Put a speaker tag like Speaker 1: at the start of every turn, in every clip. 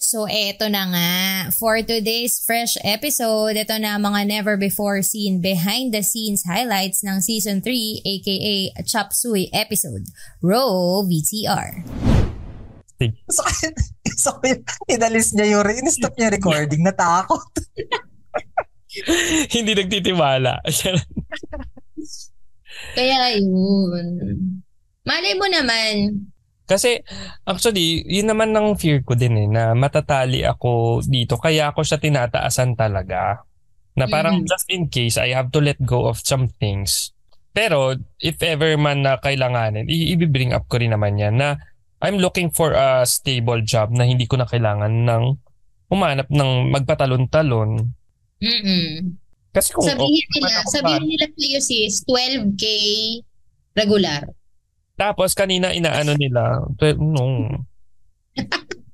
Speaker 1: So, eto na nga. For today's fresh episode, ito na ang mga never before seen behind the scenes highlights ng Season 3 aka Chop Suey episode. Row VTR.
Speaker 2: So, so inalis niya yung, in-stop niya recording, natakot.
Speaker 3: Hindi nagtitiwala.
Speaker 1: Kaya yun. Malay mo naman.
Speaker 3: Kasi actually, yun naman ng fear ko din eh, na matatali ako dito. Kaya ako siya tinataasan talaga. Na parang
Speaker 1: Mhm.
Speaker 3: just in case, I have to let go of some things. Pero if ever man na kailanganin, i- ibibring up ko rin naman yan na I'm looking for a stable job na hindi ko na kailangan ng umanap ng magpatalon-talon.
Speaker 4: Mm-mm.
Speaker 3: Kasi kung
Speaker 4: Sabihin
Speaker 3: okay
Speaker 4: nila,
Speaker 3: naman ako
Speaker 4: sabihin nila sa'yo sis, 12K regular.
Speaker 3: Tapos kanina inaano nila, pero, no.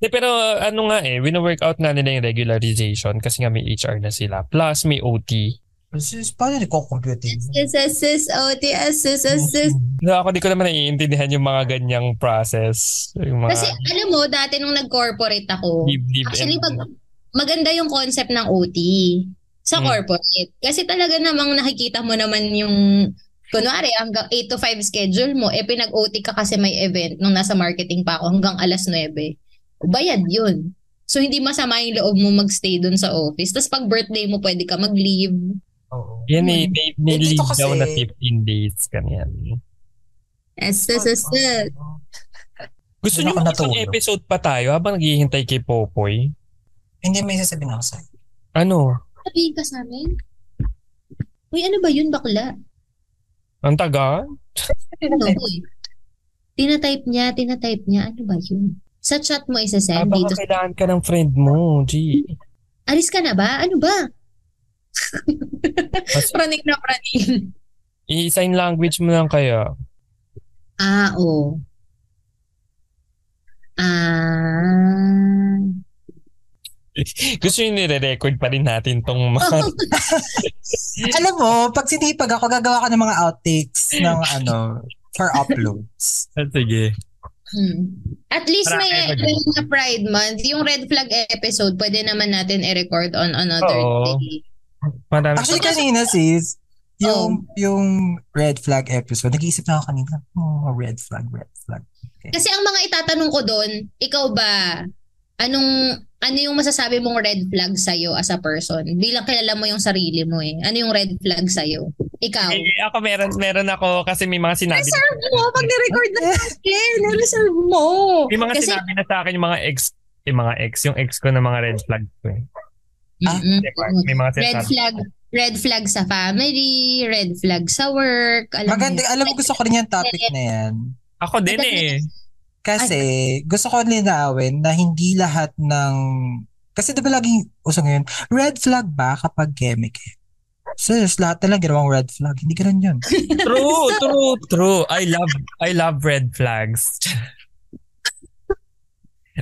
Speaker 3: De, pero ano nga eh, wino-workout na nila yung regularization kasi nga may HR na sila. Plus may OT.
Speaker 2: Sis, paano ni computing?
Speaker 1: Assist, OT, assist, assist.
Speaker 3: So, ako di ko naman naiintindihan yung mga ganyang process. Yung mga
Speaker 4: Kasi alam mo, dati nung nag-corporate ako,
Speaker 3: give, give,
Speaker 4: actually
Speaker 3: and-
Speaker 4: pag- maganda yung concept ng OT sa
Speaker 3: Mm.
Speaker 4: corporate. Kasi talaga namang nakikita mo naman yung, kunwari, hanggang 8 to 5 schedule mo, eh pinag-OT ka kasi may event nung nasa marketing pa ako hanggang alas 9. Bayad yun. So hindi masama yung loob mo magstay dun sa office. Tapos pag birthday mo, pwede ka mag-leave.
Speaker 2: Oo.
Speaker 3: Yan eh, may, may
Speaker 2: Eh, dito
Speaker 3: leave
Speaker 2: kasi-
Speaker 3: daw na 15 days. Ganyan.
Speaker 4: Assist, assist.
Speaker 3: Gusto
Speaker 2: Doon
Speaker 3: niyo
Speaker 2: ako
Speaker 3: isang
Speaker 2: natulog.
Speaker 3: episode pa tayo habang naghihintay kay Popoy?
Speaker 2: Hindi, may sasabihin ako sa'yo.
Speaker 3: Ano?
Speaker 4: Sabihin ka sa amin. Uy, ano ba yun, bakla?
Speaker 3: Ang taga?
Speaker 4: Ano, uy? Tinatype niya, tinatype niya. Ano ba yun? Sa chat mo
Speaker 3: Ah,
Speaker 4: isasend
Speaker 3: baka
Speaker 4: dito.
Speaker 3: kailangan ka ng friend mo. G.
Speaker 4: Aris ka na ba? Ano ba?
Speaker 3: Mas-
Speaker 4: praning na praning.
Speaker 3: I-sign language mo lang kaya.
Speaker 4: Ah, oo. Ah.
Speaker 3: Gusto nyo nire-record pa rin natin tong mga...
Speaker 2: Alam mo, pag sinipag ako, gagawa ko ng mga outtakes ng ano, for uploads.
Speaker 3: Ah, Sige.
Speaker 4: Hmm. At least
Speaker 3: Parang
Speaker 4: may
Speaker 3: ever
Speaker 4: may mga Pride Month, yung red flag episode, pwede naman natin i-record on another
Speaker 3: Oo.
Speaker 4: day.
Speaker 3: Marami.
Speaker 2: Actually, kanina sis, yung yung red flag episode, nag-iisip na ako kanina, oh, red flag, red flag.
Speaker 4: Kasi ang mga itatanong ko doon, ikaw ba, anong, ano yung masasabi mong red flag sa'yo as a person? Bilang kilala mo yung sarili mo eh. Ano yung red flag sa'yo? Ikaw.
Speaker 3: Eh, ako meron, meron ako kasi may mga sinabi.
Speaker 4: Reserve mo Ano, pag nirecord na natin. Reserve mo.
Speaker 3: May mga
Speaker 4: Kasi,
Speaker 3: sinabi na sa akin yung mga ex, yung mga ex, yung ex ko na mga red flag ko eh.
Speaker 2: Ah,
Speaker 4: Mm-mm.
Speaker 3: May mga
Speaker 4: red
Speaker 3: sinasabi.
Speaker 4: flag. Red flag sa family, red flag sa work. Alam mo
Speaker 2: Maganda,
Speaker 4: yun.
Speaker 2: alam mo, gusto ko rin yung topic na yan.
Speaker 3: Ako din eh.
Speaker 2: Kasi gusto ko linawin na hindi lahat ng... Kasi diba laging uso ngayon, red flag ba kapag gimmick? Sis, lahat na lang ginawang red flag. Hindi ganun yun.
Speaker 3: True, true, true. I love, I love red flags.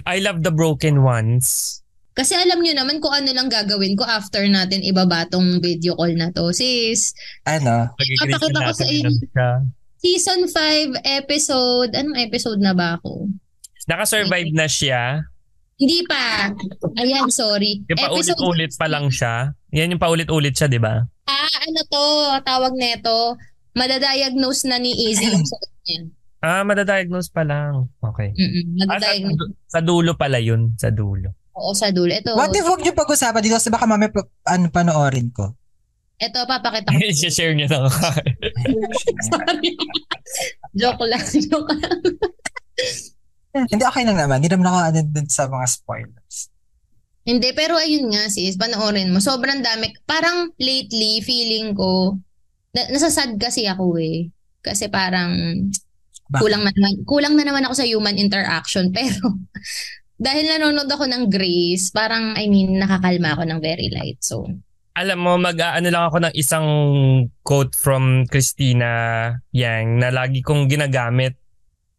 Speaker 3: I love the broken ones.
Speaker 4: Kasi alam nyo naman kung ano lang gagawin ko after natin ibabatong video call na to. Sis,
Speaker 2: Ano?
Speaker 3: Pag-agree
Speaker 4: Papakita ko sa inyo. season 5 episode, anong episode na ba ako?
Speaker 3: Nakasurvive na siya.
Speaker 4: Hindi pa. Ayan, sorry.
Speaker 3: Yung paulit-ulit pa lang siya. Yan yung paulit-ulit siya, di ba?
Speaker 4: Ah, ano to, tawag neto, madadiagnose na ni Izzy yung sakit niya.
Speaker 3: Ah, madadiagnose pa lang. Okay.
Speaker 4: Mm-mm,
Speaker 3: Ah, sa,
Speaker 4: madadiagnose.
Speaker 3: sa dulo pala yun. Sa dulo.
Speaker 4: Oo, sa dulo. Ito,
Speaker 2: What if huwag niyo pag-usapan dito kasi baka mamaya pa- ano, panoorin ko.
Speaker 4: ito, papakita ko.
Speaker 3: I-share niya lang.
Speaker 4: Sorry. joke lang, joke lang.
Speaker 2: hindi, okay lang naman. Hindi naman ako ano dun sa mga spoilers.
Speaker 4: Hindi, pero ayun nga sis, panoorin mo. Sobrang dami. Parang lately, feeling ko, na, nasasad kasi ako eh. Kasi parang
Speaker 2: Bakit?
Speaker 4: kulang na naman, kulang na naman ako sa human interaction. Pero dahil nanonood ako ng Grace, parang I mean, nakakalma ako ng very light. So,
Speaker 3: Alam mo, mag-ano lang ako ng isang quote from Christina Yang na lagi kong ginagamit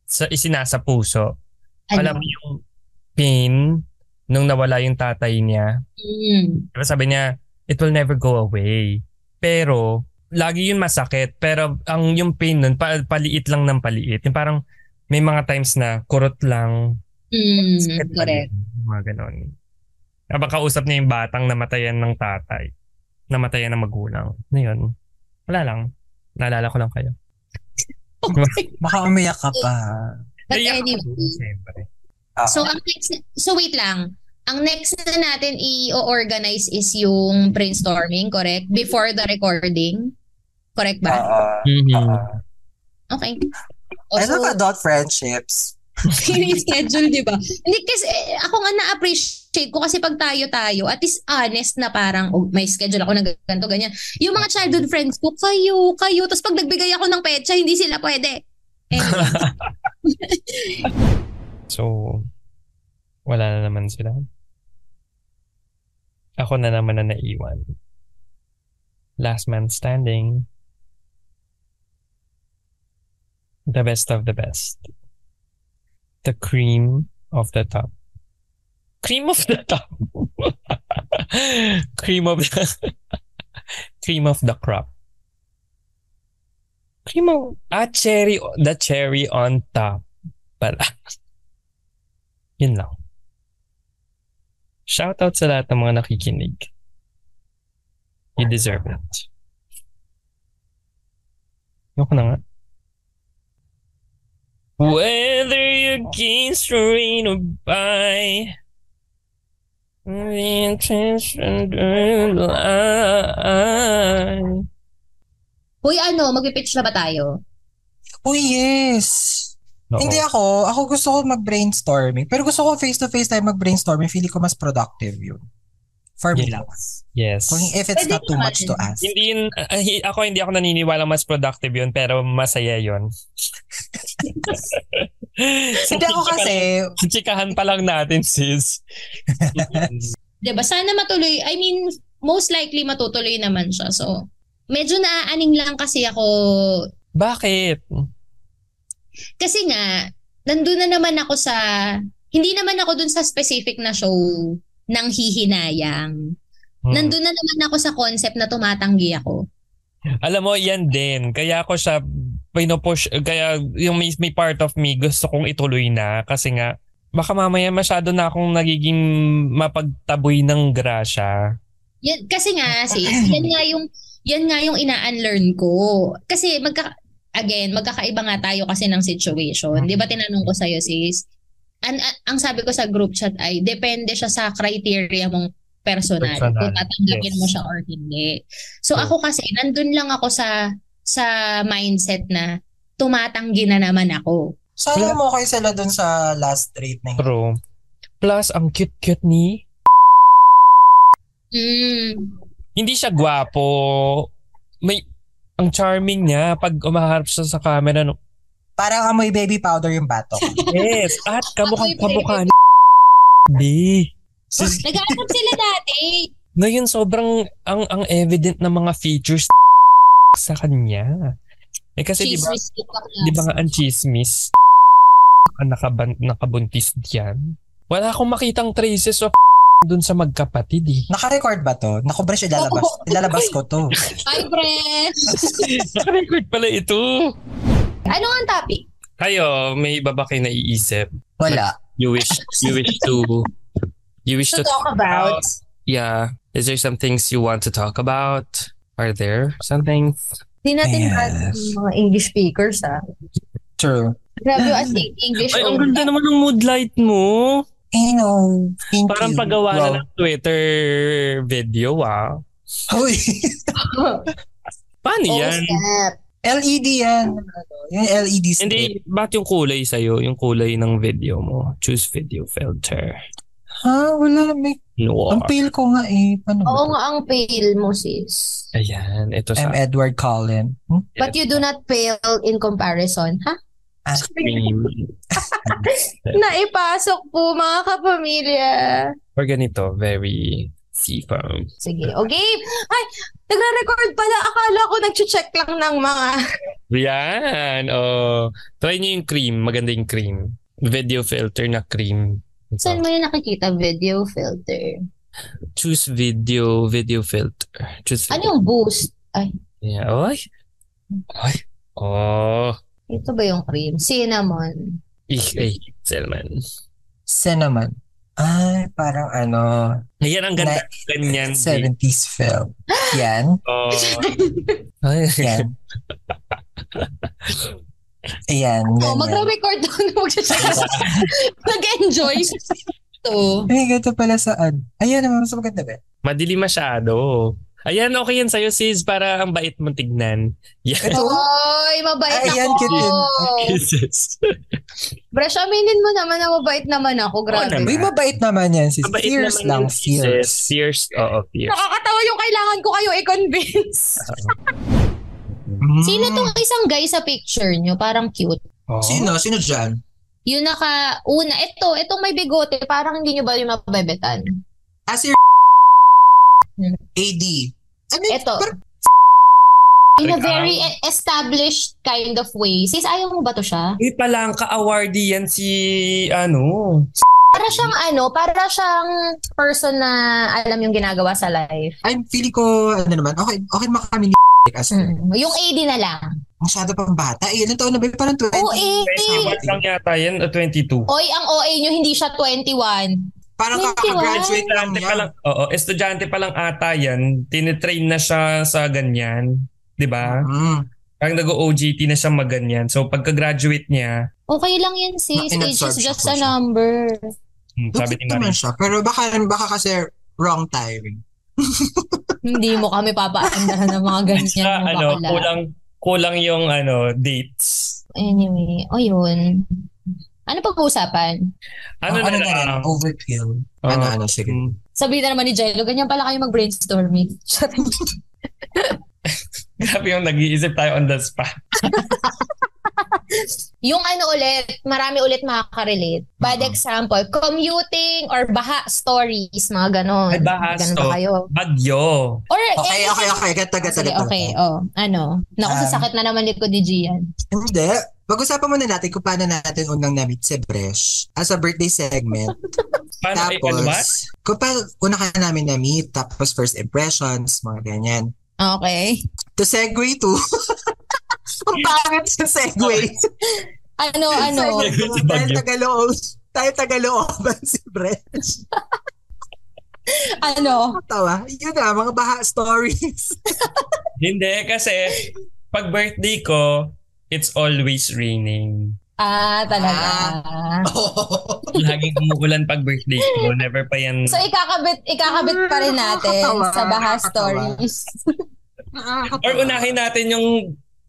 Speaker 3: sa isinasa puso. Alam
Speaker 4: ano?
Speaker 3: mo yung pain nung nawala yung tatay niya.
Speaker 4: Mm.
Speaker 3: Diba sabi niya, it will never go away. Pero, lagi yun masakit. Pero ang yung pain nun, pa- paliit lang ng paliit. Yung parang may mga times na kurot lang.
Speaker 4: Mm,
Speaker 3: sakit pa
Speaker 4: correct.
Speaker 3: rin. Mga ganon. Habang kausap niya yung batang namatayan ng tatay. Namatayan ng magulang. Na yun. Wala lang. Naalala ko lang kayo.
Speaker 2: Baka umiyak ka pa.
Speaker 4: But
Speaker 3: Naiyak ako
Speaker 4: anyway,
Speaker 3: dun, syempre.
Speaker 2: Ah,
Speaker 4: So, ang next, so wait lang. Ang next na natin i-organize is yung brainstorming, correct? Before the recording. Correct
Speaker 2: ah,
Speaker 4: ba?
Speaker 2: ah, ah.
Speaker 4: Okay. O,
Speaker 2: I
Speaker 4: so,
Speaker 2: love Ano adult friendships.
Speaker 4: schedule, di ba? Hindi, kasi eh, ako nga na-appreciate ko kasi pag tayo-tayo, at least honest na parang, oh, may schedule ako na ganito, ganyan. Yung mga childhood friends ko, kayo, kayo. Tapos pag nagbigay ako ng petsa, hindi sila pwede. Anyway,
Speaker 3: So, wala na naman sila. Ako na naman na naiwan. Last man standing. The best of the best. The cream of the top. Cream of the top. cream of the cream of the crop. Cream of ah cherry the cherry on top pala. Yun lang. Shoutout sa lahat ng mga nakikinig. You deserve it. Yoko na nga. Whether you gaze or rain or by the attention of life.
Speaker 4: Uy, ano, mag-pitch na ba tayo?
Speaker 2: Oh, yes.
Speaker 3: Oo.
Speaker 2: Hindi ako. Ako gusto ko mag-brainstorming. Pero gusto ko face-to-face tayo mag-brainstorming. Feeling ko mas productive yun. For me
Speaker 3: Yes.
Speaker 2: lang.
Speaker 3: Oh, Yes.
Speaker 2: Kung if it's
Speaker 4: Pwede
Speaker 2: not too
Speaker 4: naman.
Speaker 2: much to ask.
Speaker 3: Hindi yun, ah, hi- ako hindi ako naniniwala mas productive yun, pero masaya yun. so,
Speaker 2: Hindi ako
Speaker 3: chika-
Speaker 2: kasi,
Speaker 3: Chikahan pa lang natin, sis.
Speaker 4: Di ba? Diba? Sana matuloy. I mean, most likely matutuloy naman siya. So, medyo naaaning lang kasi ako
Speaker 3: Bakit?
Speaker 4: kasi nga, nandun na naman ako sa, hindi naman ako dun sa specific na show ng hihinayang.
Speaker 3: Hmm.
Speaker 4: Nandun na naman ako sa concept na tumatanggi ako.
Speaker 3: Alam mo, yan din. Kaya ako siya pinupush, kaya yung may, may part of me gusto kong ituloy na kasi nga baka mamaya masyado na akong nagiging mapagtaboy ng grasya.
Speaker 4: Yan, kasi nga, sis, yan nga yung, yan nga yung ina-unlearn ko. Kasi magka, again, magkakaiba nga tayo kasi ng situation. Di ba tinanong ko sa'yo, sis? An, a- ang sabi ko sa group chat ay, depende siya sa criteria mong personal.
Speaker 3: Personal,
Speaker 4: Kung tatanggapin
Speaker 3: yes.
Speaker 4: mo siya or hindi. So
Speaker 3: True.
Speaker 4: ako kasi, nandun lang ako sa sa mindset na tumatanggi na naman ako.
Speaker 2: sana mo kayo sila dun sa last rate na yun.
Speaker 3: True. Plus, ang cute-cute ni
Speaker 4: Mm.
Speaker 3: hindi siya gwapo. May ang charming niya pag umaharap siya sa camera. No?
Speaker 2: Parang amoy baby powder yung batok.
Speaker 3: Yes, at kamukhang
Speaker 4: Ako'y
Speaker 3: kamukha ni Di. Sis,
Speaker 4: Nag-aasap sila dati.
Speaker 3: ngayon sobrang ang ang evident na mga features sa kanya. Eh kasi di ba
Speaker 4: Chismis ko pa nga.
Speaker 3: di ba nga ang chismis ang nakaban, nakabuntis diyan. Wala akong makitang traces of dun sa magkapatid eh.
Speaker 2: Naka-record ba to? Naku, Bresh, ilalabas. Ilalabas ko to.
Speaker 4: Hi, friend!
Speaker 3: Nakarecord pala ito.
Speaker 4: Ano ang topic?
Speaker 3: Kayo, may iba ba kayo naiisip?
Speaker 2: Wala.
Speaker 3: You wish, you wish to, you wish
Speaker 4: to talk about.
Speaker 3: uh, Yeah. Is there some things you want to talk about? Are there some things?
Speaker 4: Hindi natin
Speaker 2: Yes.
Speaker 4: bad yung mga English speakers, ah.
Speaker 2: True.
Speaker 4: Grabe yung ating English.
Speaker 3: Ay, ang
Speaker 4: only.
Speaker 3: ganda naman ng mood light mo.
Speaker 2: I know. Eh, Thank
Speaker 3: Parang
Speaker 2: you.
Speaker 3: paggawa
Speaker 2: Wow.
Speaker 3: na ng Twitter video, ah.
Speaker 2: Hoy,
Speaker 3: Paano
Speaker 4: Oh,
Speaker 3: yan?
Speaker 4: snap.
Speaker 2: LED E yan. Ano, Yung LED strip.
Speaker 3: Hindi, bakit yung kulay sa'yo? Yung kulay ng video mo. Choose video filter.
Speaker 2: Ha? Wala. May,
Speaker 3: Noir.
Speaker 2: ang pale ko nga eh. Ano ba
Speaker 4: Oo
Speaker 2: to?
Speaker 4: nga, ang pale mo, sis.
Speaker 3: Ayan, ito sa
Speaker 2: I'm Edward Cullen. Hmm?
Speaker 4: But you do not pale in comparison, ha?
Speaker 3: cream.
Speaker 4: Naipasok po, mga kapamilya.
Speaker 3: Or ganito, very seafoam.
Speaker 4: Sige, okay. Ay, nagre-record pala. Akala ko nag-check lang ng mga...
Speaker 3: Yan. Oh. Try niyo yung cream. Maganda yung cream. Video filter na cream. Ito.
Speaker 4: Saan mo yung nakikita? Video filter.
Speaker 3: Choose video, video filter. Choose
Speaker 4: Ano yung boost?
Speaker 3: Yeah. Oy. Oy. Oh.
Speaker 4: Ito ba yung cream? Cinnamon.
Speaker 3: Ich, ay. Selman.
Speaker 2: Cinnamon. Ay, parang ano,
Speaker 3: Yan ang ganda. Ganyan. Seven.
Speaker 2: 70s film. Yan,
Speaker 3: Oh.
Speaker 2: yan. Ayan, yan,
Speaker 4: Oh,
Speaker 2: yan.
Speaker 4: magre-record ako na mag-chat. Nag-enjoy. to.
Speaker 2: Ay, ganito pala sa ad. Ayan naman, mas maganda ba?
Speaker 3: Madilim masyado. Ayan, okay yan sa'yo sis. Para ang bait mong tignan. Yan.
Speaker 2: Ito,
Speaker 4: Oy, mabait
Speaker 2: Ay, yan,
Speaker 4: ako.
Speaker 2: cute yun.
Speaker 4: Oh.
Speaker 3: sis.
Speaker 4: Brush, aminin mo naman na mabait naman ako. Grabe.
Speaker 3: naman.
Speaker 2: Uy, mabait naman yan, sis.
Speaker 3: Mabait
Speaker 2: fierce
Speaker 3: naman
Speaker 2: lang,
Speaker 3: yung sis.
Speaker 2: fierce.
Speaker 3: Fierce. Oo, fierce.
Speaker 4: Nakakatawa yung kailangan ko kayo i-convince.
Speaker 2: Mm.
Speaker 4: Sino tong isang guy sa picture nyo? Parang cute.
Speaker 3: Oo.
Speaker 2: Sino? Sino dyan?
Speaker 4: Yung nakauna, ito, itong may bigote, parang hindi nyo ba yung mababetan?
Speaker 2: Ah, si
Speaker 4: Hmm.
Speaker 2: AD. Ano yun?
Speaker 4: Ito.
Speaker 2: Parang-
Speaker 4: In a
Speaker 3: Teka.
Speaker 4: very e- established kind of way. Sis, ayaw mo ba to siya?
Speaker 3: Uy, palangka awardee yan si, ano,
Speaker 4: Para siyang ano, para siyang person na alam yung ginagawa sa life.
Speaker 2: I'm feeling ko, ano naman, okay, okay naman kami ni As in,
Speaker 4: Mm. Yung AD na lang.
Speaker 2: masyado pang bata. Eh, ilan taon na ba? yun? Parang 20.
Speaker 4: Oo, eh.
Speaker 3: Festival lang yata yan o 22.
Speaker 4: Oy, ang OA nyo hindi siya 21.
Speaker 2: Parang
Speaker 4: 21?
Speaker 2: kakagraduate lang
Speaker 3: Estudyante pa
Speaker 2: niya.
Speaker 3: lang, oo, estudyante pa lang ata yan. Tinitrain na siya sa ganyan. 'Di ba?
Speaker 2: Mm.
Speaker 3: Ang nag-OGT na siya maganyan. So pagka-graduate niya,
Speaker 4: Okay lang yan sis. Age
Speaker 2: Ma-
Speaker 4: is
Speaker 2: inabsorb siya
Speaker 4: just a
Speaker 2: po siya.
Speaker 4: number.
Speaker 3: hmm, sabi
Speaker 2: Sabi
Speaker 3: ni
Speaker 2: naman
Speaker 3: Marie,
Speaker 2: siya. Pero baka, baka kasi wrong timing.
Speaker 4: hindi mo kami papaandahan ng mga ganyan.
Speaker 3: siya,
Speaker 4: mga
Speaker 3: ano,
Speaker 4: bakla.
Speaker 3: kulang kulang yung ano dates.
Speaker 4: Anyway, o yun. Ano pag-uusapan?
Speaker 3: Ano na, lang?
Speaker 2: Ah, rin? Overkill.
Speaker 3: Oo.
Speaker 2: ano, ano, sige.
Speaker 3: Hmm.
Speaker 4: Sabi na naman ni Jello, ganyan pala kayo eh. mag-brainstorming. Charot.
Speaker 3: Grabe yung nag-iisip tayo on the spot.
Speaker 4: yung ano ulit, marami ulit makaka-relate. Bad
Speaker 2: Mhm.
Speaker 4: example, commuting or baha stories, mga ganon.
Speaker 3: Ay, baha
Speaker 4: Ganon
Speaker 3: sto-
Speaker 4: ba kayo?
Speaker 3: Bagyo.
Speaker 4: Or
Speaker 2: Okay,
Speaker 4: eh,
Speaker 2: okay, okay. Gata, gata,
Speaker 4: Sige,
Speaker 2: gata.
Speaker 4: okay. Oh, ano? Naku,
Speaker 2: Um,
Speaker 4: sasakit na naman likod ni Gian.
Speaker 2: Hindi. Pag-usapan muna natin kung paano natin unang na-meet si Bresh as a birthday segment.
Speaker 3: Paano ay ano ba?
Speaker 2: tapos, kung paano una ka namin na-meet, tapos first impressions, mga ganyan.
Speaker 4: Okay.
Speaker 2: To segue to... Ang pangit sa segue.
Speaker 4: Ano, ano?
Speaker 2: Segue to-
Speaker 3: Sa Baguio.
Speaker 2: Dahil Tagalog. Dahil Tagalooban si Bresh.
Speaker 4: ano?
Speaker 2: Tawa. Yun na, mga baha stories.
Speaker 3: Hindi kasi pag birthday ko, it's always raining.
Speaker 4: Ah, talaga.
Speaker 2: Ah.
Speaker 3: Laging umuulan pag birthday ko. Never pa yan.
Speaker 4: So, ikakabit, ikakabit pa rin natin
Speaker 2: Nakakatawa,
Speaker 4: sa baha
Speaker 2: nakakatawa.
Speaker 4: stories.
Speaker 3: Or unahin natin yung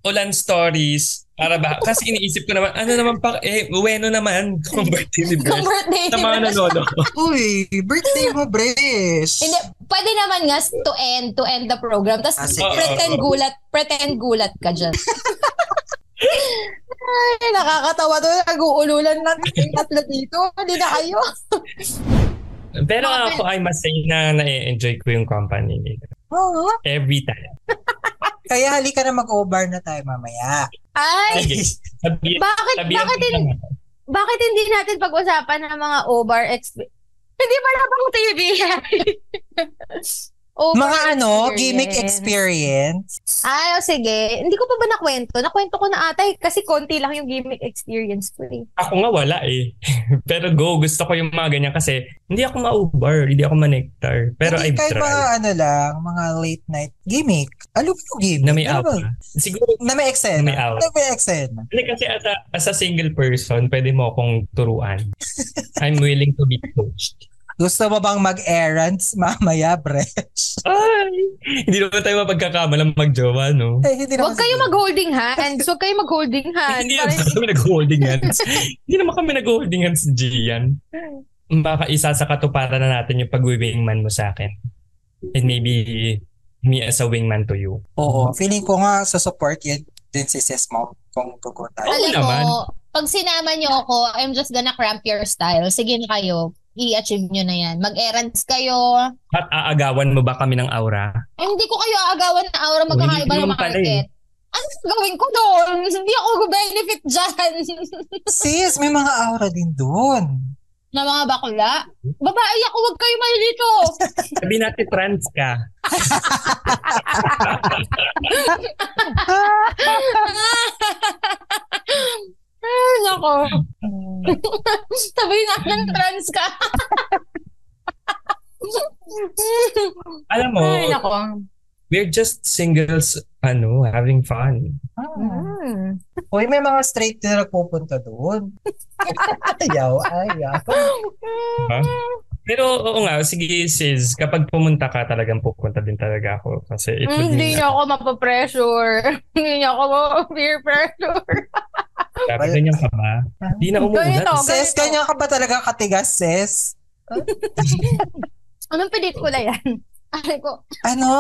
Speaker 3: ulan stories para ba? Kasi iniisip ko naman, ano naman pa, eh, bueno naman kung birthday ni
Speaker 4: Kung
Speaker 3: Bert.
Speaker 4: birthday.
Speaker 3: Sa mga nanono.
Speaker 2: Uy, birthday mo, Bresh.
Speaker 4: Hindi, pwede naman nga s- to end, to end the program. Tapos
Speaker 2: Ah, sige.
Speaker 4: pretend
Speaker 3: Oo.
Speaker 4: gulat, pretend gulat ka dyan. Ay, nakakatawa to. Nag-uululan lang kayong tatlo dito. Hindi na kayo.
Speaker 3: Pero ako, I must say na na-enjoy ko yung company nila.
Speaker 2: Oo.
Speaker 3: Every time.
Speaker 2: Kaya halika na mag-over na tayo mamaya.
Speaker 4: Ay,
Speaker 3: Sige. Sabihin,
Speaker 4: bakit,
Speaker 3: sabihin
Speaker 4: bakit,
Speaker 3: ko
Speaker 4: hin-
Speaker 3: lang.
Speaker 4: bakit hindi natin pag-usapan ng mga over exp- Hindi pala bang TV? Over
Speaker 2: Mga ano, gimmick
Speaker 4: experience.
Speaker 2: experience.
Speaker 4: Ay, o sige. Hindi ko pa ba nakwento? Nakwento ko na ata eh, kasi konti lang yung gimmick experience ko eh.
Speaker 3: Ako nga wala eh. Pero go, gusto ko yung mga ganyan kasi hindi ako ma-uber, hindi ako ma-nectar. Pero
Speaker 2: Hindi
Speaker 3: I've
Speaker 2: kahit mga
Speaker 3: tried.
Speaker 2: ano lang, mga late night gimmick. Ano ba yung gimmick?
Speaker 3: Na may
Speaker 2: Ano ba?
Speaker 3: aura. Siguro
Speaker 2: Na may eksena.
Speaker 3: Na may aura.
Speaker 2: Na may eksena.
Speaker 3: Hindi kasi as a, as a single person, pwede mo akong turuan. I'm willing to be coached.
Speaker 2: Gusto mo bang mag-errands mamaya, bre?
Speaker 3: Ay! Hindi naman tayo mapagkakamalang magjowa, no?
Speaker 2: Eh, hindi
Speaker 4: Huwag
Speaker 2: naman
Speaker 4: kayo
Speaker 2: siguro.
Speaker 4: mag-holding hands. Huwag kayo mag-holding hands.
Speaker 3: Hindi
Speaker 4: Parang-
Speaker 3: naman kami nag-holding hands. Hindi naman kami nag-holding hands, Gian. Baka isa sa katuparan na natin yung pag-wingman mo sa akin. And maybe me as a wingman to you.
Speaker 2: Oo. Feeling ko nga sa support yan din si Sis Mom kung tugon tayo.
Speaker 3: Oo
Speaker 4: Alam
Speaker 3: naman.
Speaker 4: mo, pag sinama niyo ako, I'm just gonna cramp your style. Sige na kayo. I-achieve niyo na yan. Mag-errands kayo.
Speaker 3: At aagawan mo ba kami ng aura?
Speaker 4: Ay, Eh, hindi ko kayo aagawan na aura magkakaiba
Speaker 3: Oh, hindi
Speaker 4: ng
Speaker 3: naman pala eh.
Speaker 4: market. Ano gawin ko doon? Hindi ako benefit dyan.
Speaker 2: Sis, may mga aura din doon.
Speaker 4: na mga bakla. Babae ako, huwag kayo malilito.
Speaker 3: Sabi natin trans ka.
Speaker 1: Nako. Sabi na ng trans ka.
Speaker 3: Alam mo,
Speaker 1: Ay, nako.
Speaker 3: we're just singles, ano, having fun.
Speaker 4: Mm-hmm.
Speaker 2: Ah.
Speaker 3: Hmm.
Speaker 1: Mm.
Speaker 2: Uy, may mga straight na nagpupunta doon. ayaw, ayaw.
Speaker 3: Diba? Pero oo nga, sige sis, kapag pumunta ka talagang pupunta din talaga ako kasi it
Speaker 4: Hmm,
Speaker 3: would
Speaker 1: Hindi
Speaker 3: mean
Speaker 1: niya ako mapapressure. Hindi niya ako ma-peer pressure.
Speaker 3: dapat ganyan ka ba? Hindi na
Speaker 1: Ganito.
Speaker 4: Oh,
Speaker 3: umuulat.
Speaker 2: Sis, ganyan ka ba talaga katigas, sis?
Speaker 1: Anong pelikula yan? Ay ko.
Speaker 2: Ano?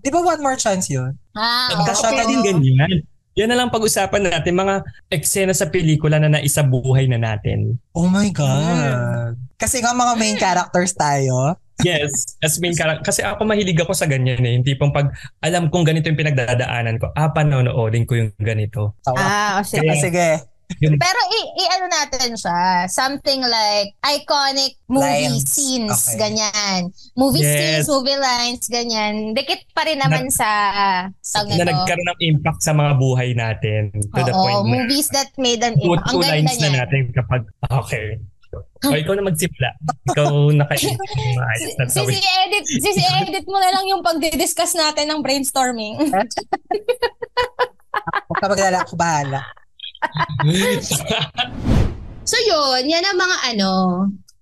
Speaker 2: Di ba one more chance yun?
Speaker 1: Ah,
Speaker 3: Ang
Speaker 2: Kasi
Speaker 1: okay.
Speaker 2: ako
Speaker 3: kasya din ganyan. Yan na lang pag-usapan natin, mga eksena sa pelikula na naisabuhay na natin.
Speaker 2: Oh my God. Kasi nga mga main characters tayo.
Speaker 3: Yes, as main character. Kasi ako mahilig ako sa ganyan eh. Yung tipong pag alam kong ganito yung pinagdadaanan ko, ah, panonoodin ko yung ganito.
Speaker 2: Tawa.
Speaker 1: Ah, o
Speaker 2: Sige,
Speaker 1: sige.
Speaker 2: sige.
Speaker 1: Pero i-ano i- ano natin siya, something like iconic movie
Speaker 2: Lines.
Speaker 1: scenes,
Speaker 2: Okay.
Speaker 1: ganyan. Movie
Speaker 3: Yes.
Speaker 1: scenes, movie lines, ganyan. Dikit pa rin naman sa tawag
Speaker 3: Na
Speaker 1: nito.
Speaker 3: nagkaroon ng impact sa mga buhay natin. To the
Speaker 1: Oo,
Speaker 3: point na
Speaker 1: movies that made an
Speaker 3: two,
Speaker 1: impact. Ang
Speaker 3: two
Speaker 1: ganda
Speaker 3: lines na
Speaker 1: niya.
Speaker 3: natin kapag, okay. O, ikaw na magsimula. Ikaw nakaisip ng maayos na
Speaker 5: Sisi
Speaker 3: tawid.
Speaker 5: edit, sisi edit mo na lang yung pagdi-discuss natin ng brainstorming.
Speaker 2: Huwag ka maglala, ako bahala.
Speaker 4: So yun, yan ang mga ano,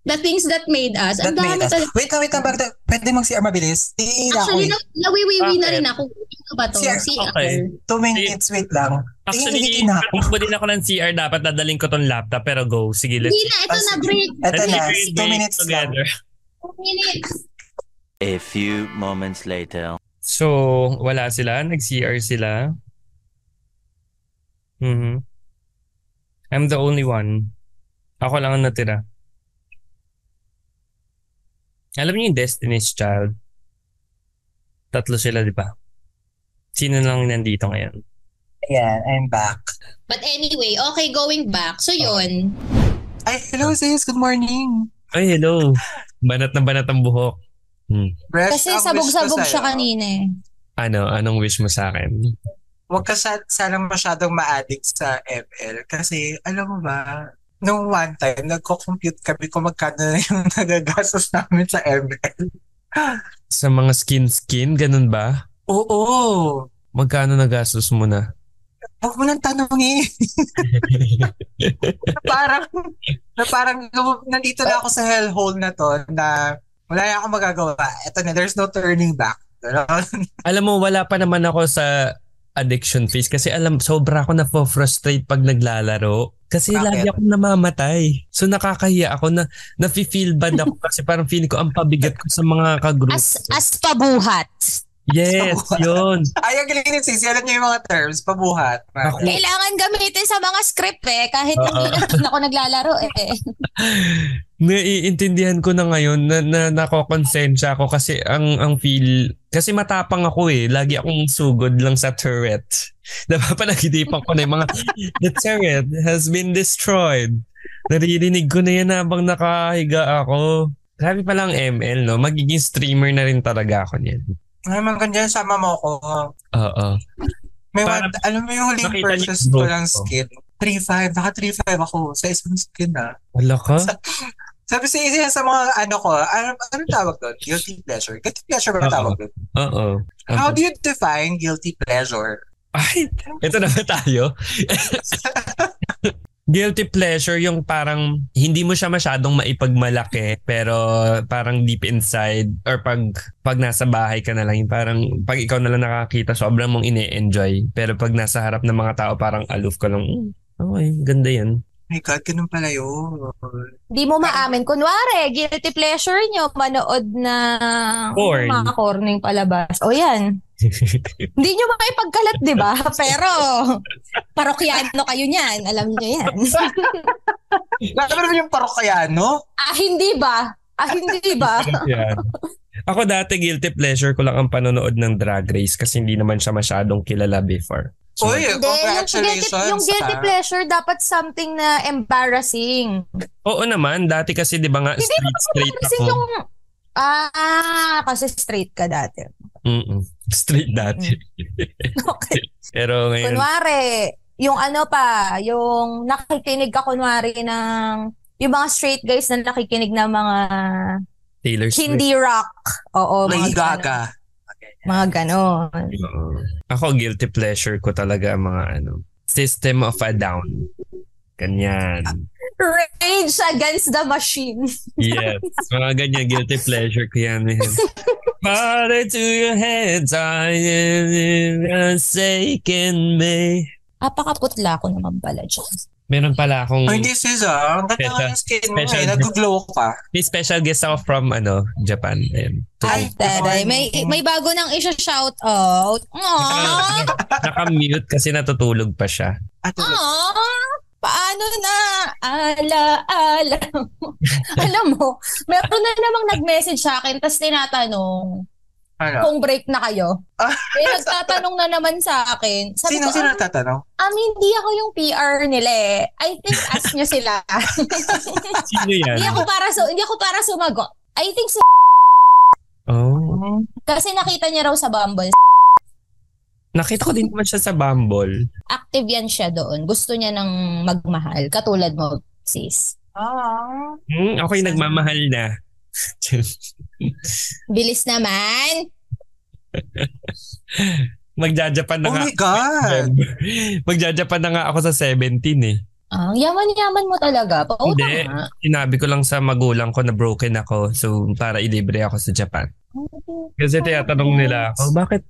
Speaker 4: the things that made us.
Speaker 2: That
Speaker 4: Ang
Speaker 2: made
Speaker 4: dami
Speaker 2: us.
Speaker 4: talaga.
Speaker 2: Wait lang, wait lang. Bagda, pwede mag CR mabilis? Iila ko.
Speaker 4: Actually,
Speaker 2: wait.
Speaker 4: na, nawiwiwi na
Speaker 3: Bakit?
Speaker 4: rin ako. Ano ba to?
Speaker 2: Sir,
Speaker 4: Si
Speaker 3: okay.
Speaker 2: Two minutes, wait lang.
Speaker 3: Actually,
Speaker 2: Tingin-tingin na ako.
Speaker 3: tatakbo din ako ng CR. Dapat dadaling ko tong laptop. Pero go. Sige, let's
Speaker 4: Hindi na, ito
Speaker 2: Ah,
Speaker 4: na
Speaker 2: sige.
Speaker 4: break.
Speaker 2: Eto
Speaker 3: Let's
Speaker 2: na,
Speaker 3: read
Speaker 2: two
Speaker 3: it
Speaker 2: minutes lang.
Speaker 3: together.
Speaker 6: A few moments later.
Speaker 3: So, wala sila. Nag-CR sila. Mhm. I'm the only one. Ako lang ang natira. Alam niyo yung Destiny's Child? Tatlo sila, di ba? Sino lang nandito ngayon?
Speaker 2: Ayan, I'm back.
Speaker 4: But anyway, okay, going back. So yun,
Speaker 2: Ay, hello sis, good morning.
Speaker 3: Ay, hello. Banat na banat ang buhok.
Speaker 2: Bresh,
Speaker 5: Kasi
Speaker 2: ang wish ko
Speaker 5: sabog-sabog siya
Speaker 2: sa'yo,
Speaker 5: kanina eh.
Speaker 3: Ano? Anong wish mo sa akin?
Speaker 2: Huwag ka sa, sana masyadong ma-addict sa ML kasi alam mo ba, nung one time, nagko-compute kami kung magkano na yung nagagastos namin sa ML.
Speaker 3: Sa mga skin-skin? Ganun ba?
Speaker 2: Oo.
Speaker 3: Magkano nagastos mo na?
Speaker 2: Huwag mo nang tanongin. na parang, na parang nandito na ako sa hellhole na to na wala na akong magagawa. Ito na, there's no turning back. Ganon.
Speaker 3: alam mo, wala pa naman ako sa addiction phase kasi alam, sobra ako na-frustrate pag naglalaro. Kasi
Speaker 2: Bakit?
Speaker 3: lagi akong namamatay. So nakakahiya ako na nafe-feel bad ako kasi parang feeling ko ang pabigat ko sa mga kagroup.
Speaker 1: As as pabuhat.
Speaker 3: yes, yun.
Speaker 2: Ay, ang galing ni Sisi. Alam niyo yung mga terms, pabuhat.
Speaker 3: Ako.
Speaker 5: Kailangan gamitin sa mga script eh, kahit
Speaker 3: Oo.
Speaker 5: hindi na ako naglalaro eh.
Speaker 3: Naiintindihan ko na ngayon na, na nakokonsensya ako kasi ang ang feel kasi matapang ako eh. Lagi akong sugod lang sa turret. Napapanagidipan ko na yung mga the turret has been destroyed. Naririnig ko na yan habang nakahiga ako. Grabe pala ang ML, no? Magiging streamer na rin talaga ako niyan.
Speaker 2: Ay, mga ganyan, sama mo ako.
Speaker 3: Oo.
Speaker 2: May
Speaker 3: Parang-
Speaker 2: one, alam mo yung huling
Speaker 3: Nakita niyo
Speaker 2: purchase
Speaker 3: yung
Speaker 2: ko
Speaker 3: growth
Speaker 2: ng
Speaker 3: ko.
Speaker 2: skin. 3.5. Naka 3.5 ako sa isang skin na.
Speaker 3: Wala ka?
Speaker 2: Sabi si Isi sa mga ano ko, ano, ano tawag doon? Guilty pleasure. Guilty pleasure
Speaker 3: Oo.
Speaker 2: ba
Speaker 3: Ano
Speaker 2: tawag doon?
Speaker 3: Oo.
Speaker 2: How do you define guilty pleasure?
Speaker 3: Ay, ito na ba tayo? Guilty pleasure yung parang hindi mo siya masyadong maipagmalaki pero parang deep inside or pag pag nasa bahay ka na lang yung parang pag ikaw na lang nakakita sobrang mong ine-enjoy pero pag nasa harap ng mga tao parang aloof ka lang "Mm, okay ganda yan
Speaker 2: my God, ganun pala yun.
Speaker 5: Hindi mo maamin. Kunwari, guilty pleasure nyo, manood na
Speaker 3: Porn.
Speaker 5: mga corning palabas. O yan. Hindi nyo makipagkalat, di ba? Pero, parokyano kayo niyan. Alam nyo yan.
Speaker 2: Lalo naman yung parokyano.
Speaker 5: Ah, hindi ba? Ah, hindi ba?
Speaker 3: Yan. Ako dati guilty pleasure ko lang ang panonood ng Drag Race kasi hindi naman siya masyadong kilala before. So,
Speaker 2: Uy,
Speaker 5: Hindi, yung guilty,
Speaker 2: congratulations.
Speaker 5: yung guilty
Speaker 2: ah.
Speaker 5: pleasure dapat something na embarrassing.
Speaker 3: oo naman, dati kasi 'di ba nga
Speaker 5: Hindi
Speaker 3: straight straight
Speaker 5: Kasi
Speaker 3: ako.
Speaker 5: yung, ah, kasi straight ka dati.
Speaker 3: Mm-mm. Straight dati.
Speaker 5: Okay.
Speaker 3: Pero ngayon,
Speaker 5: Mm. Kunwari,
Speaker 4: yung ano pa, yung nakikinig ka kunwari ng, yung mga straight guys na nakikinig ng mga
Speaker 3: Taylor Swift.
Speaker 4: hindi rock. Oo,
Speaker 2: Lady
Speaker 4: mga ganon.
Speaker 2: Gaga.
Speaker 4: Mga ganon.
Speaker 3: Oo. Ako, guilty pleasure ko talaga ang mga ano, System of a Down. Ganyan.
Speaker 4: Rage against the machine.
Speaker 3: Yes. Mga ganyan, guilty pleasure ko yan. man. Father to your hands, I am forsaken me.
Speaker 4: Apakaputla ko naman pala dyan.
Speaker 3: Meron pala akong
Speaker 2: Ay, this is ah. Ang ganda
Speaker 3: Special-
Speaker 2: nga ng skin mo
Speaker 3: special-
Speaker 2: eh. Nag-glow ka.
Speaker 3: may special guest ako from ano, Japan. Ayun.
Speaker 7: Ay, taray. May, may bago nang isa-shout out. Aww.
Speaker 3: Naka- Naka-mute kasi natutulog pa siya.
Speaker 2: At
Speaker 7: Aww.
Speaker 4: Paano na? Ala, ala. Alam mo, meron na namang nag-message sa akin tapos tinatanong
Speaker 2: ano?
Speaker 4: kung break na kayo.
Speaker 2: Ah.
Speaker 4: May nagtatanong na naman sa akin. Sabi ko,
Speaker 2: Sino, sino
Speaker 4: "Ah,
Speaker 2: tatanong?
Speaker 4: um, hindi ako yung PR nila eh. I think ask nyo sila.
Speaker 3: Sino yan?
Speaker 4: hindi ako para so hindi ako para sumagot. I think si
Speaker 3: Oh.
Speaker 4: kasi nakita niya raw sa Bumble.
Speaker 3: Nakita ko din naman siya sa Bumble.
Speaker 4: Active yan siya doon. Gusto niya ng magmahal. Katulad mo, sis.
Speaker 5: Ah.
Speaker 2: Oh
Speaker 3: Hmm, okay, nagmamahal na.
Speaker 7: Bilis naman.
Speaker 3: Magjajapan na
Speaker 2: Oh
Speaker 3: nga.
Speaker 2: my God!
Speaker 3: Magjajapan na nga ako sa 17 eh.
Speaker 4: Ang yaman-yaman mo talaga. Pautang
Speaker 3: Hindi.
Speaker 4: ha.
Speaker 3: Sinabi ko lang sa magulang ko na broken ako so para ilibre ako sa Japan. Kasi tinatanong nila ako, bakit,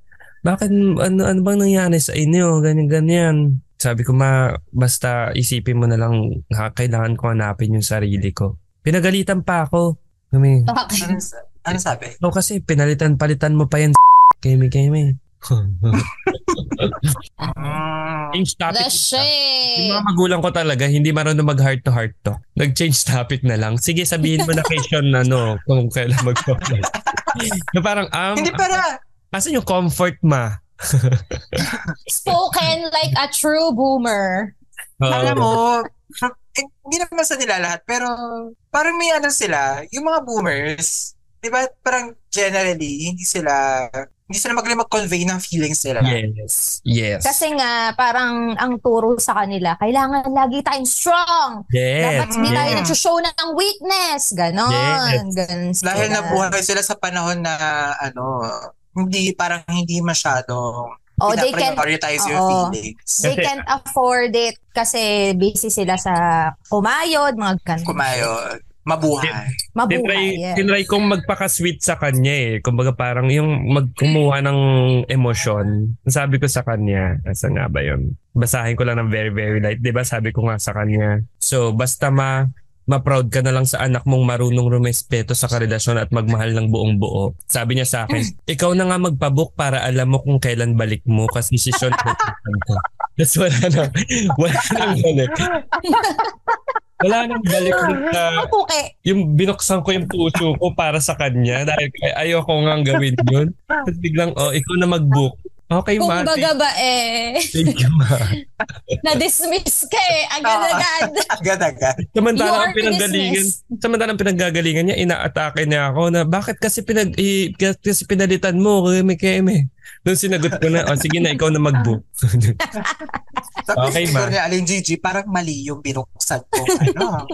Speaker 3: bakit, ano, ano bang nangyari sa inyo? Ganyan, ganyan. Sabi ko, ma, basta isipin mo na lang, ha, kailangan ko hanapin yung sarili ko. Pinagalitan pa ako. Kami,
Speaker 2: Ano, sa- ano sabi?
Speaker 3: no kasi pinalitan-palitan mo pa yan, kemi, kemi.
Speaker 2: Mm.
Speaker 3: Change
Speaker 7: The
Speaker 3: topic.
Speaker 7: shit.
Speaker 3: Yung
Speaker 2: Eh.
Speaker 3: mga magulang ko talaga, hindi marunong mag heart to heart to. Nag-change topic na lang. Sige, sabihin mo na kay Sean na no, kung kailan mag Na parang, um,
Speaker 2: Hindi para.
Speaker 3: asan yung comfort ma?
Speaker 4: Spoken like a true boomer.
Speaker 3: Oo.
Speaker 2: Alam mo, eh, hindi naman sa nila lahat, pero parang may ano sila, yung mga boomers, di ba parang generally, hindi sila, hindi sila magaling mag-convey ng feelings nila.
Speaker 3: Yes. Yes.
Speaker 4: Kasi nga, parang ang turo sa kanila, kailangan lagi tayong strong.
Speaker 3: yes.
Speaker 4: Dapat hindi tayo
Speaker 2: yes.
Speaker 4: nag-show ng weakness. Ganon.
Speaker 3: Yes.
Speaker 4: Ganon. sila.
Speaker 2: Dahil nabuhay sila sa panahon na, ano, hindi, parang hindi masyadong
Speaker 4: Oh, they can,
Speaker 2: pinaprioritize your
Speaker 4: oo.
Speaker 2: feelings.
Speaker 4: they
Speaker 3: Kasi-
Speaker 4: can't afford it kasi busy sila sa kumayod, mga ganon.
Speaker 2: Kumayo, mabuhay.
Speaker 4: Mabuhay.
Speaker 3: Tinry,
Speaker 4: yeah.
Speaker 3: tinry kong magpaka-sweet sa kanya eh. Kumbaga parang yung magkumuha ng emosyon. Sabi ko sa kanya, asa nga ba yun? Basahin ko lang ng very very light. 'Di ba sabi ko nga sa kanya. So basta ma ma-proud ka na lang sa anak mong marunong rumespeto sa karelasyon at magmahal ng buong buo. Sabi niya sa akin, ikaw na nga magpabook para alam mo kung kailan balik mo kasi si Sean ka. That's wala na. Wala nang balik. Wala nang balik dun sa
Speaker 4: Mapuki.
Speaker 3: yung binuksan ko yung puso ko para sa kanya dahil ay- ayoko nga gawin yun. At biglang, oh, ikaw na mag-book. Okay,
Speaker 7: Kung
Speaker 3: ma.
Speaker 7: baga ba eh,
Speaker 3: Thank you, ma.
Speaker 7: na-dismiss ka eh, agad-agad.
Speaker 2: Agad-agad.
Speaker 7: Your
Speaker 3: Samantalang ang pinanggagalingan, samantalang ang pinanggagalingan niya, inaatake niya ako na bakit kasi pinag i, kasi pinalitan mo kami keme. Doon sinagot ko na, oh, sige na, ikaw na mag-book.
Speaker 2: Tapos
Speaker 3: Okay,
Speaker 2: okay,
Speaker 3: ma.
Speaker 2: siguro ni Aling Gigi, parang mali yung binuksan ko. Ano?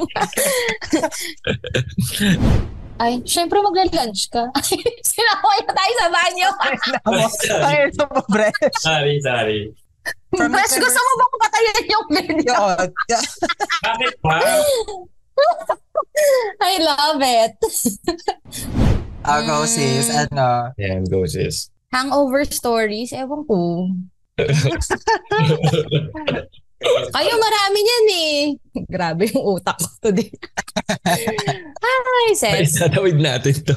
Speaker 4: Ay, syempre magla-lunch ka. Sinakaway na tayo sa banyo.
Speaker 2: Oh, Ay, ito pa, bre.
Speaker 3: sorry, sorry.
Speaker 2: From the
Speaker 4: Mas gusto mo ba kung patayin yung video?
Speaker 2: Yun.
Speaker 3: Bakit pa?
Speaker 4: I love it.
Speaker 2: Ako sis,
Speaker 4: Mm.
Speaker 2: ano,
Speaker 3: Yan, go sis.
Speaker 4: Hangover stories, ewan ko. Kayo marami niyan eh. Grabe yung utak ko today. Hi, Seth.
Speaker 3: Paisadawid natin to.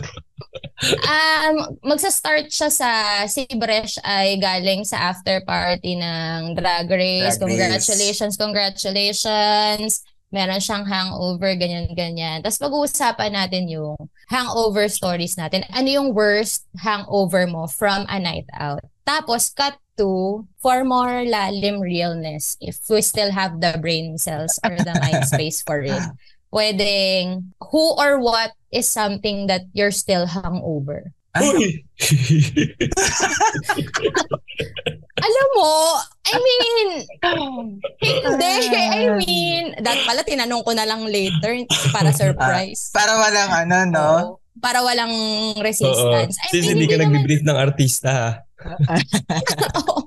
Speaker 4: Um, magsa-start siya sa si Bresh ay galing sa after party ng Drag Race.
Speaker 2: Drag Race.
Speaker 4: congratulations, congratulations. Meron siyang hangover, ganyan-ganyan. Tapos pag-uusapan natin yung hangover stories natin. Ano yung worst hangover mo from a night out? Tapos cut to for more lalim realness if we still have the brain cells or the mind space for it. Pwedeng who or what is something that you're still hungover.
Speaker 2: Ay,
Speaker 4: Alam mo, I mean, hindi. I mean, dahil pala tinanong ko na lang later para surprise.
Speaker 2: Para walang ano, no?
Speaker 4: Oo. Para walang resistance. I
Speaker 3: Since
Speaker 4: mean,
Speaker 3: hindi ka
Speaker 4: naman-
Speaker 3: nagbe-brief ng artista ha.
Speaker 4: Oo.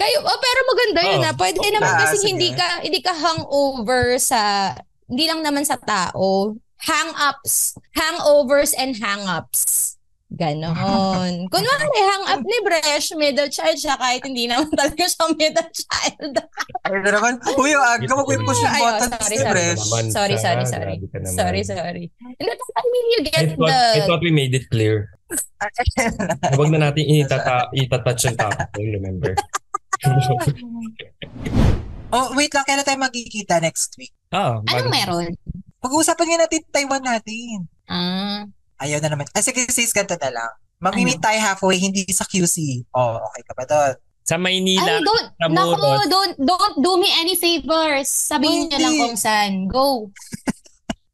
Speaker 4: Kayo, oh, pero maganda yun
Speaker 3: Oo.
Speaker 4: na. Pwede naman
Speaker 2: Ah,
Speaker 4: kasi
Speaker 2: sige.
Speaker 4: hindi ka hindi ka hangover sa hindi lang naman sa tao. Hang-ups, hangovers and hang-ups. Ganon. Kunwari, hang-up ni Bresh, middle child siya kahit hindi naman talaga siya middle child.
Speaker 2: Ano naman? Uy, ang aga, wag mo push yung
Speaker 4: Ay, oh,
Speaker 2: button,
Speaker 4: sorry,
Speaker 2: si
Speaker 4: sorry.
Speaker 2: Fresh.
Speaker 3: Naman
Speaker 4: Sorry,
Speaker 3: ka,
Speaker 4: sorry, sorry.
Speaker 3: grabe ka naman.
Speaker 4: Sorry, sorry. And that, I mean, you
Speaker 3: I
Speaker 4: get
Speaker 3: thought, I
Speaker 4: the...
Speaker 3: thought we made it clear. Huwag na natin itata itatouch yung topic. Remember?
Speaker 2: Oh, wait lang, kailan tayo magkikita next week?
Speaker 3: Ah,
Speaker 4: Anong
Speaker 3: bago-
Speaker 4: meron?
Speaker 2: Pag-uusapan nga natin Taiwan natin.
Speaker 4: Ah,
Speaker 2: Ayaw na naman. Ah, sige, sis, ganito na lang. Mag-meet
Speaker 4: Ano?
Speaker 2: tayo halfway, hindi sa QC. Oh, okay ka ba doon?
Speaker 3: Sa Maynila.
Speaker 4: Ay, don't,
Speaker 3: Tamuros.
Speaker 4: nako, don't, don't do me any favors. Sabihin niyo lang
Speaker 2: Oh, Hindi.
Speaker 4: kung saan. Go.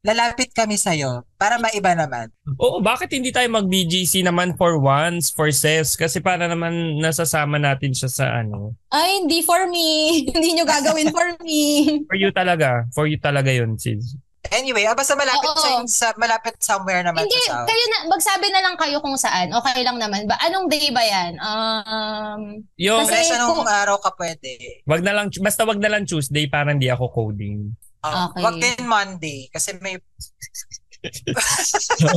Speaker 2: Lalapit kami sa'yo para maiba naman.
Speaker 3: Oo, bakit hindi tayo mag-BGC naman for once, for sales? Kasi para naman nasasama natin siya sa ano.
Speaker 4: Ay, hindi for me. hindi niyo gagawin for me.
Speaker 3: For you talaga. For you talaga yun, sis.
Speaker 2: Anyway, ah, basta malapit
Speaker 4: Oo.
Speaker 2: sa, sa malapit somewhere naman
Speaker 4: hindi,
Speaker 2: sa South.
Speaker 4: kayo na, magsabi na lang kayo kung saan. Okay lang naman. Ba, anong day ba yan? Um,
Speaker 3: Yung,
Speaker 4: Kasi-
Speaker 2: Fresh,
Speaker 4: kung-
Speaker 2: anong araw ka pwede?
Speaker 3: wag na lang, basta wag na lang Tuesday para hindi ako coding.
Speaker 2: Oh,
Speaker 4: Okay.
Speaker 2: Wag din Monday kasi may...
Speaker 3: No,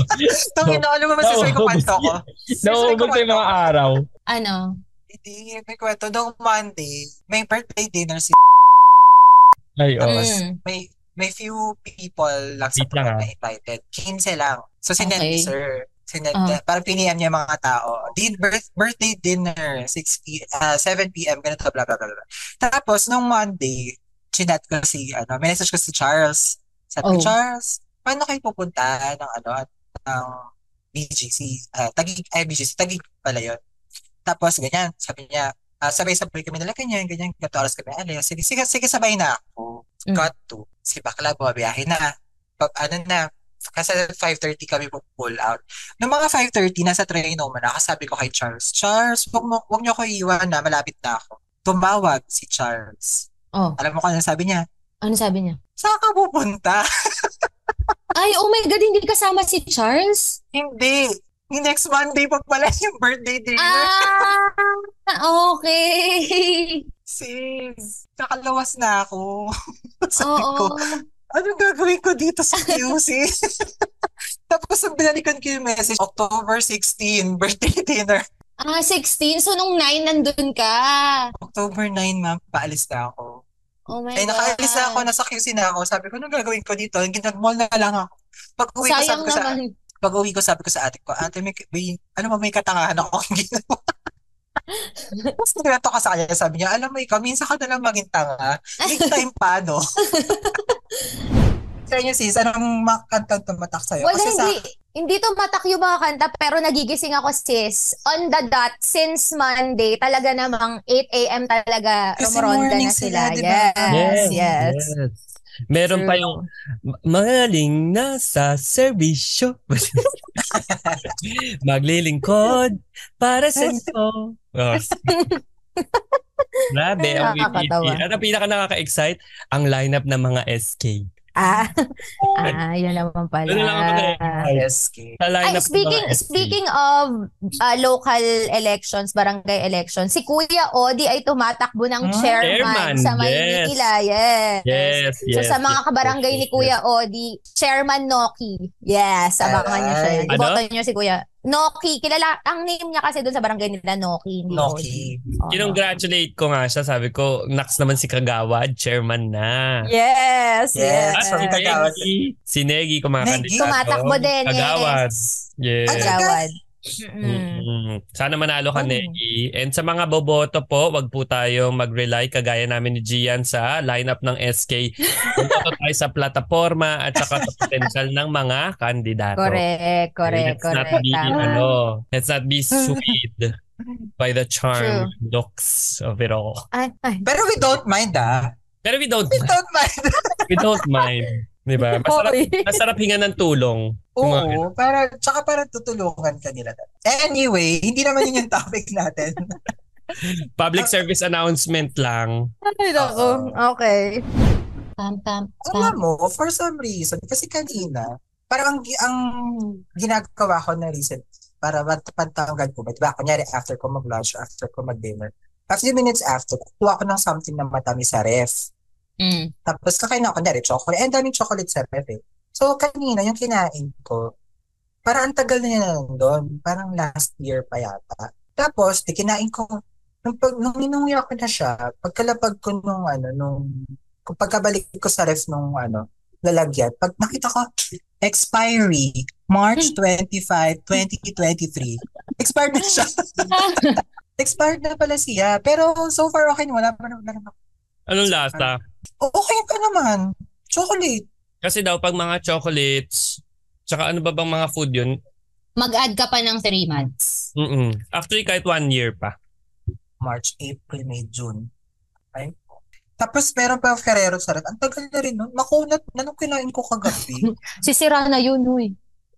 Speaker 3: No.
Speaker 2: Itong inaano mo masasabi ko
Speaker 3: No.
Speaker 2: panto ko. Masasabi ko
Speaker 3: Nauubos na yung mga
Speaker 2: panto ko.
Speaker 4: eh.
Speaker 3: araw.
Speaker 4: ano?
Speaker 2: Hindi, may kwento. Noong Monday, may birthday dinner si
Speaker 3: Ay, oo.
Speaker 2: Tapos,
Speaker 4: Mm.
Speaker 2: may may few people lang sa
Speaker 3: Wait lang,
Speaker 2: program
Speaker 3: ah.
Speaker 2: na invited. 15 lang. So, sinend
Speaker 4: Okay.
Speaker 2: ni sir. Sinend, parang piniam niya yung mga tao. Din, birth, birthday dinner, 6 p, ah, 7 p.m., ganito, bla, bla, bla, bla. Tapos, nung Monday, chinat ko si, ano, minessage ko si Charles. Sabi ko,
Speaker 4: Oh.
Speaker 2: Charles, paano kayo pupunta ng, ano, at ng BGC? Ah, tagig, ay, BGC, tagig pala yun. Tapos, ganyan, sabi niya, ah, sabay-sabay kami nila, ganyan, ganyan, ganito oras kami alis. Sige, sige, sige, sabay na ako.
Speaker 4: Mm.
Speaker 2: Got to. Si bakla, bumabiyahe na. Pag, ano na, kasi 5.30 kami pull out. Noong mga 5.30, nasa train home na, kasabi ko kay Charles, Charles, huwag, mo, huwag niyo ko iiwan na, malapit na ako. Tumawag si Charles.
Speaker 4: Oh.
Speaker 2: Alam mo kung ano sabi niya?
Speaker 4: Ano sabi niya?
Speaker 2: Saan ka pupunta?
Speaker 4: Ay, oh my God, hindi kasama si Charles?
Speaker 2: Hindi. Yung Next Monday pa pala yung birthday dinner.
Speaker 4: Ah, okay.
Speaker 2: Sis, nakalawas na ako. Sabi ko,
Speaker 4: Oo.
Speaker 2: anong gagawin ko dito sa QC? Tapos ang binalikan ko yung message, October 16, birthday dinner.
Speaker 4: Ah, 16. So, nung 9, nandun ka.
Speaker 2: October 9, ma'am, paalis na ako.
Speaker 4: Oh my God.
Speaker 2: Ay, Eh, nakaalis na ako, nasa QC na ako. Sabi ko, anong gagawin ko dito? Ginag-mall na lang ako. Pag-uwi ko,
Speaker 4: Sayang
Speaker 2: sabi ko sa,
Speaker 4: naman.
Speaker 2: pag-uwi ko, sabi ko sa ate ko, ate, may, may, alam mo, may katangahan ako ang ginawa. Tapos nagreto ka sa kanya, sabi niya, alam mo, ikaw, minsan ka na lang maging tanga. Big time pa, no? Sa inyo, sis, anong mga kantang tumatak sa'yo?
Speaker 4: Wala,
Speaker 2: Kasi sa
Speaker 4: hindi, hindi tumatak yung mga kanta, pero nagigising ako sis. On the dot, since Monday, talaga namang 8 a.m. talaga
Speaker 2: Kasi
Speaker 4: rumoronda
Speaker 2: morning
Speaker 4: na sila.
Speaker 2: sila, di ba?
Speaker 4: yes, yes.
Speaker 3: yes. Meron pa yung magaling na sa serbisyo. Maglilingkod para sa inyo. Oh. Grabe. ang
Speaker 4: Nakakatawa.
Speaker 3: witty. At ang pinaka nakaka-excite, ang lineup ng mga SK.
Speaker 4: Ah, ah, yan naman pala.
Speaker 3: Ano lang ako na-excite.
Speaker 2: SK.
Speaker 3: Sa
Speaker 4: Ay,
Speaker 3: lineup ng
Speaker 4: speaking
Speaker 3: mga SK.
Speaker 4: speaking of uh, local elections, barangay elections, si Kuya Odi ay tumatakbo ng
Speaker 2: Ah,
Speaker 4: chairman,
Speaker 3: chairman,
Speaker 4: sa
Speaker 3: yes.
Speaker 4: Maynila. Yes.
Speaker 3: Yes, yes.
Speaker 4: so sa mga
Speaker 3: yes,
Speaker 4: kabarangay
Speaker 3: yes,
Speaker 4: ni Kuya Odi, Chairman Noki. Yes, abangan niyo siya.
Speaker 2: Aray.
Speaker 3: ano?
Speaker 4: yan. Iboto niyo si Kuya. Noki, kilala ang name niya kasi doon sa barangay nila Noki, hindi
Speaker 2: Noki.
Speaker 4: Odi. Oo.
Speaker 3: Kinongratulate ko nga siya. Sabi ko, next naman si Kagawa, chairman na.
Speaker 4: Yes, yes.
Speaker 2: Yes,
Speaker 3: Ah, si
Speaker 2: Kagawa.
Speaker 3: Negi. Si Negi,
Speaker 2: Negi.
Speaker 3: kumakandidato.
Speaker 4: Tumatakbo din,
Speaker 3: Kagawa. Yes.
Speaker 2: Ang ganda.
Speaker 4: Gawad.
Speaker 3: Mm. Sana manalo ka,
Speaker 4: Oh.
Speaker 3: Negi. And sa mga boboto po, wag po tayong mag-rely kagaya namin ni Gian sa lineup ng SK. Boboto tayo sa plataforma at saka sa potential ng mga kandidato.
Speaker 4: Correct, correct,
Speaker 3: let's not
Speaker 4: correct.
Speaker 3: be,
Speaker 4: Tama.
Speaker 3: ano, let's not be swayed by the charm looks of it all.
Speaker 4: Ay, ay.
Speaker 2: Pero we don't mind ah.
Speaker 3: Pero we don't
Speaker 2: We don't mind.
Speaker 3: we don't mind. Di ba? Masarap,
Speaker 4: Hoy.
Speaker 3: masarap hinga ng tulong.
Speaker 2: Oo, para, tsaka para tutulungan ka nila. Anyway, hindi naman yun yung topic natin.
Speaker 3: Public service announcement lang.
Speaker 4: Ay, naku. Okay.
Speaker 8: Pam, pam, pam.
Speaker 2: Alam mo, for some reason, kasi kanina, parang ang, gi- ang ginagawa ko na recent, para mat- pantanggal ko, ba, diba, kunyari after ko mag-lunch, after ko mag-dinner, a few minutes after, kuha ko ng something na matamis sa ref.
Speaker 8: Mm.
Speaker 2: Tapos kakain ako, kunyari chocolate, and daming chocolate sa ref eh. So kanina, yung kinain ko, parang ang tagal na niya nandun, parang last year pa yata. Tapos, di kinain ko, nung, pag, nung inuwi ako na siya, pagkalapag ko nung ano, nung kung pagkabalik ko sa ref nung ano, lalagyan, pag nakita ko, expiry, March 25, 2023. Expired na siya. Expired na pala siya. Pero so far okay na, wala pa naman. wala naman.
Speaker 3: Anong lasa?
Speaker 2: Okay pa naman. Chocolate.
Speaker 3: Kasi daw pag mga chocolates, tsaka ano ba bang mga food yun?
Speaker 8: Mag-add ka pa ng 3 months.
Speaker 3: Mm-mm. Actually, kahit one year pa.
Speaker 2: March, April, May, June. Okay? Tapos meron pa yung Ferrero sa ref. Ang tagal na rin nun. Makunat na nung kinain ko kagabi.
Speaker 8: Sisira na yun, uy.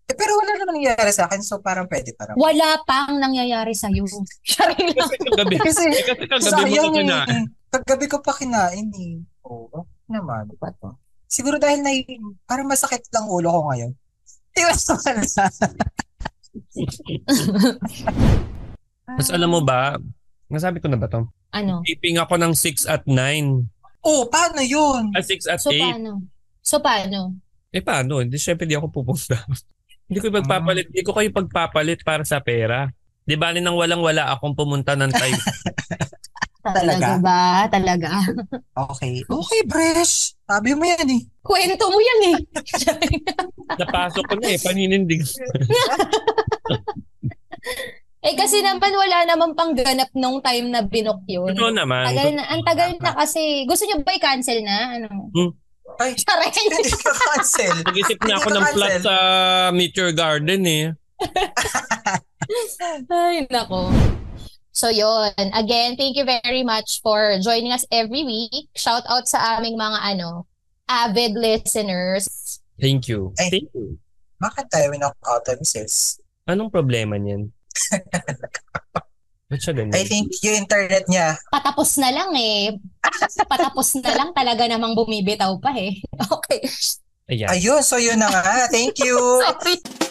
Speaker 2: eh, pero wala naman nangyayari sa akin. So parang pwede pa rin.
Speaker 8: Wala pang nangyayari sa'yo. Sorry lang.
Speaker 3: Kasi kagabi, eh,
Speaker 2: Kasi
Speaker 3: kasi kagabi mo
Speaker 2: Sayang
Speaker 3: ko na.
Speaker 2: eh. Paggabi ko pa kinain eh. Oo. naman. Pa to. Siguro dahil na parang masakit lang ulo ko ngayon. Iwas ko na.
Speaker 3: Mas alam mo ba, nasabi ko na ba to?
Speaker 8: Ano?
Speaker 3: Taping ako ng 6 at 9.
Speaker 2: Oo, paano yun?
Speaker 3: At 6 at
Speaker 8: So,
Speaker 3: 8.
Speaker 8: paano? So, paano?
Speaker 3: Eh paano? Hindi, syempre di ako pupunta. hindi ko pagpapalit. Hindi ko kayo pagpapalit para sa pera. Di ba nang walang-wala akong pumunta ng Taiwan.
Speaker 2: Talaga?
Speaker 8: ba? Talaga?
Speaker 2: Okay. Okay, Bresh. Sabi mo yan eh.
Speaker 8: Kwento mo yan eh.
Speaker 3: Napasok ko na eh. Paninindig.
Speaker 4: Eh kasi naman wala naman pang ganap nung time na binook yun.
Speaker 3: Totoo naman.
Speaker 4: Tagal na, ang tagal na kasi. Gusto niyo ba i-cancel na? Ano?
Speaker 2: Ay,
Speaker 4: Charay!
Speaker 2: hindi ka cancel.
Speaker 3: Nag-isip na ako
Speaker 2: Hindi
Speaker 3: ng
Speaker 2: ko
Speaker 3: plot
Speaker 2: cancel.
Speaker 3: sa Meteor Garden eh.
Speaker 4: Ay, nako. So yun, again, thank you very much for joining us every week. Shout out sa aming mga ano, avid listeners.
Speaker 3: Thank you.
Speaker 2: Ay.
Speaker 3: Thank you.
Speaker 2: Bakit tayo knock out on sis?
Speaker 3: Anong problema niyan? Ba't siya ganyan?
Speaker 2: I think yung internet niya.
Speaker 4: Patapos na lang eh. Patapos na lang talaga namang bumibitaw pa eh. Okay.
Speaker 3: Ayan.
Speaker 2: Ayun, so yun na nga. Thank you.
Speaker 4: Sorry.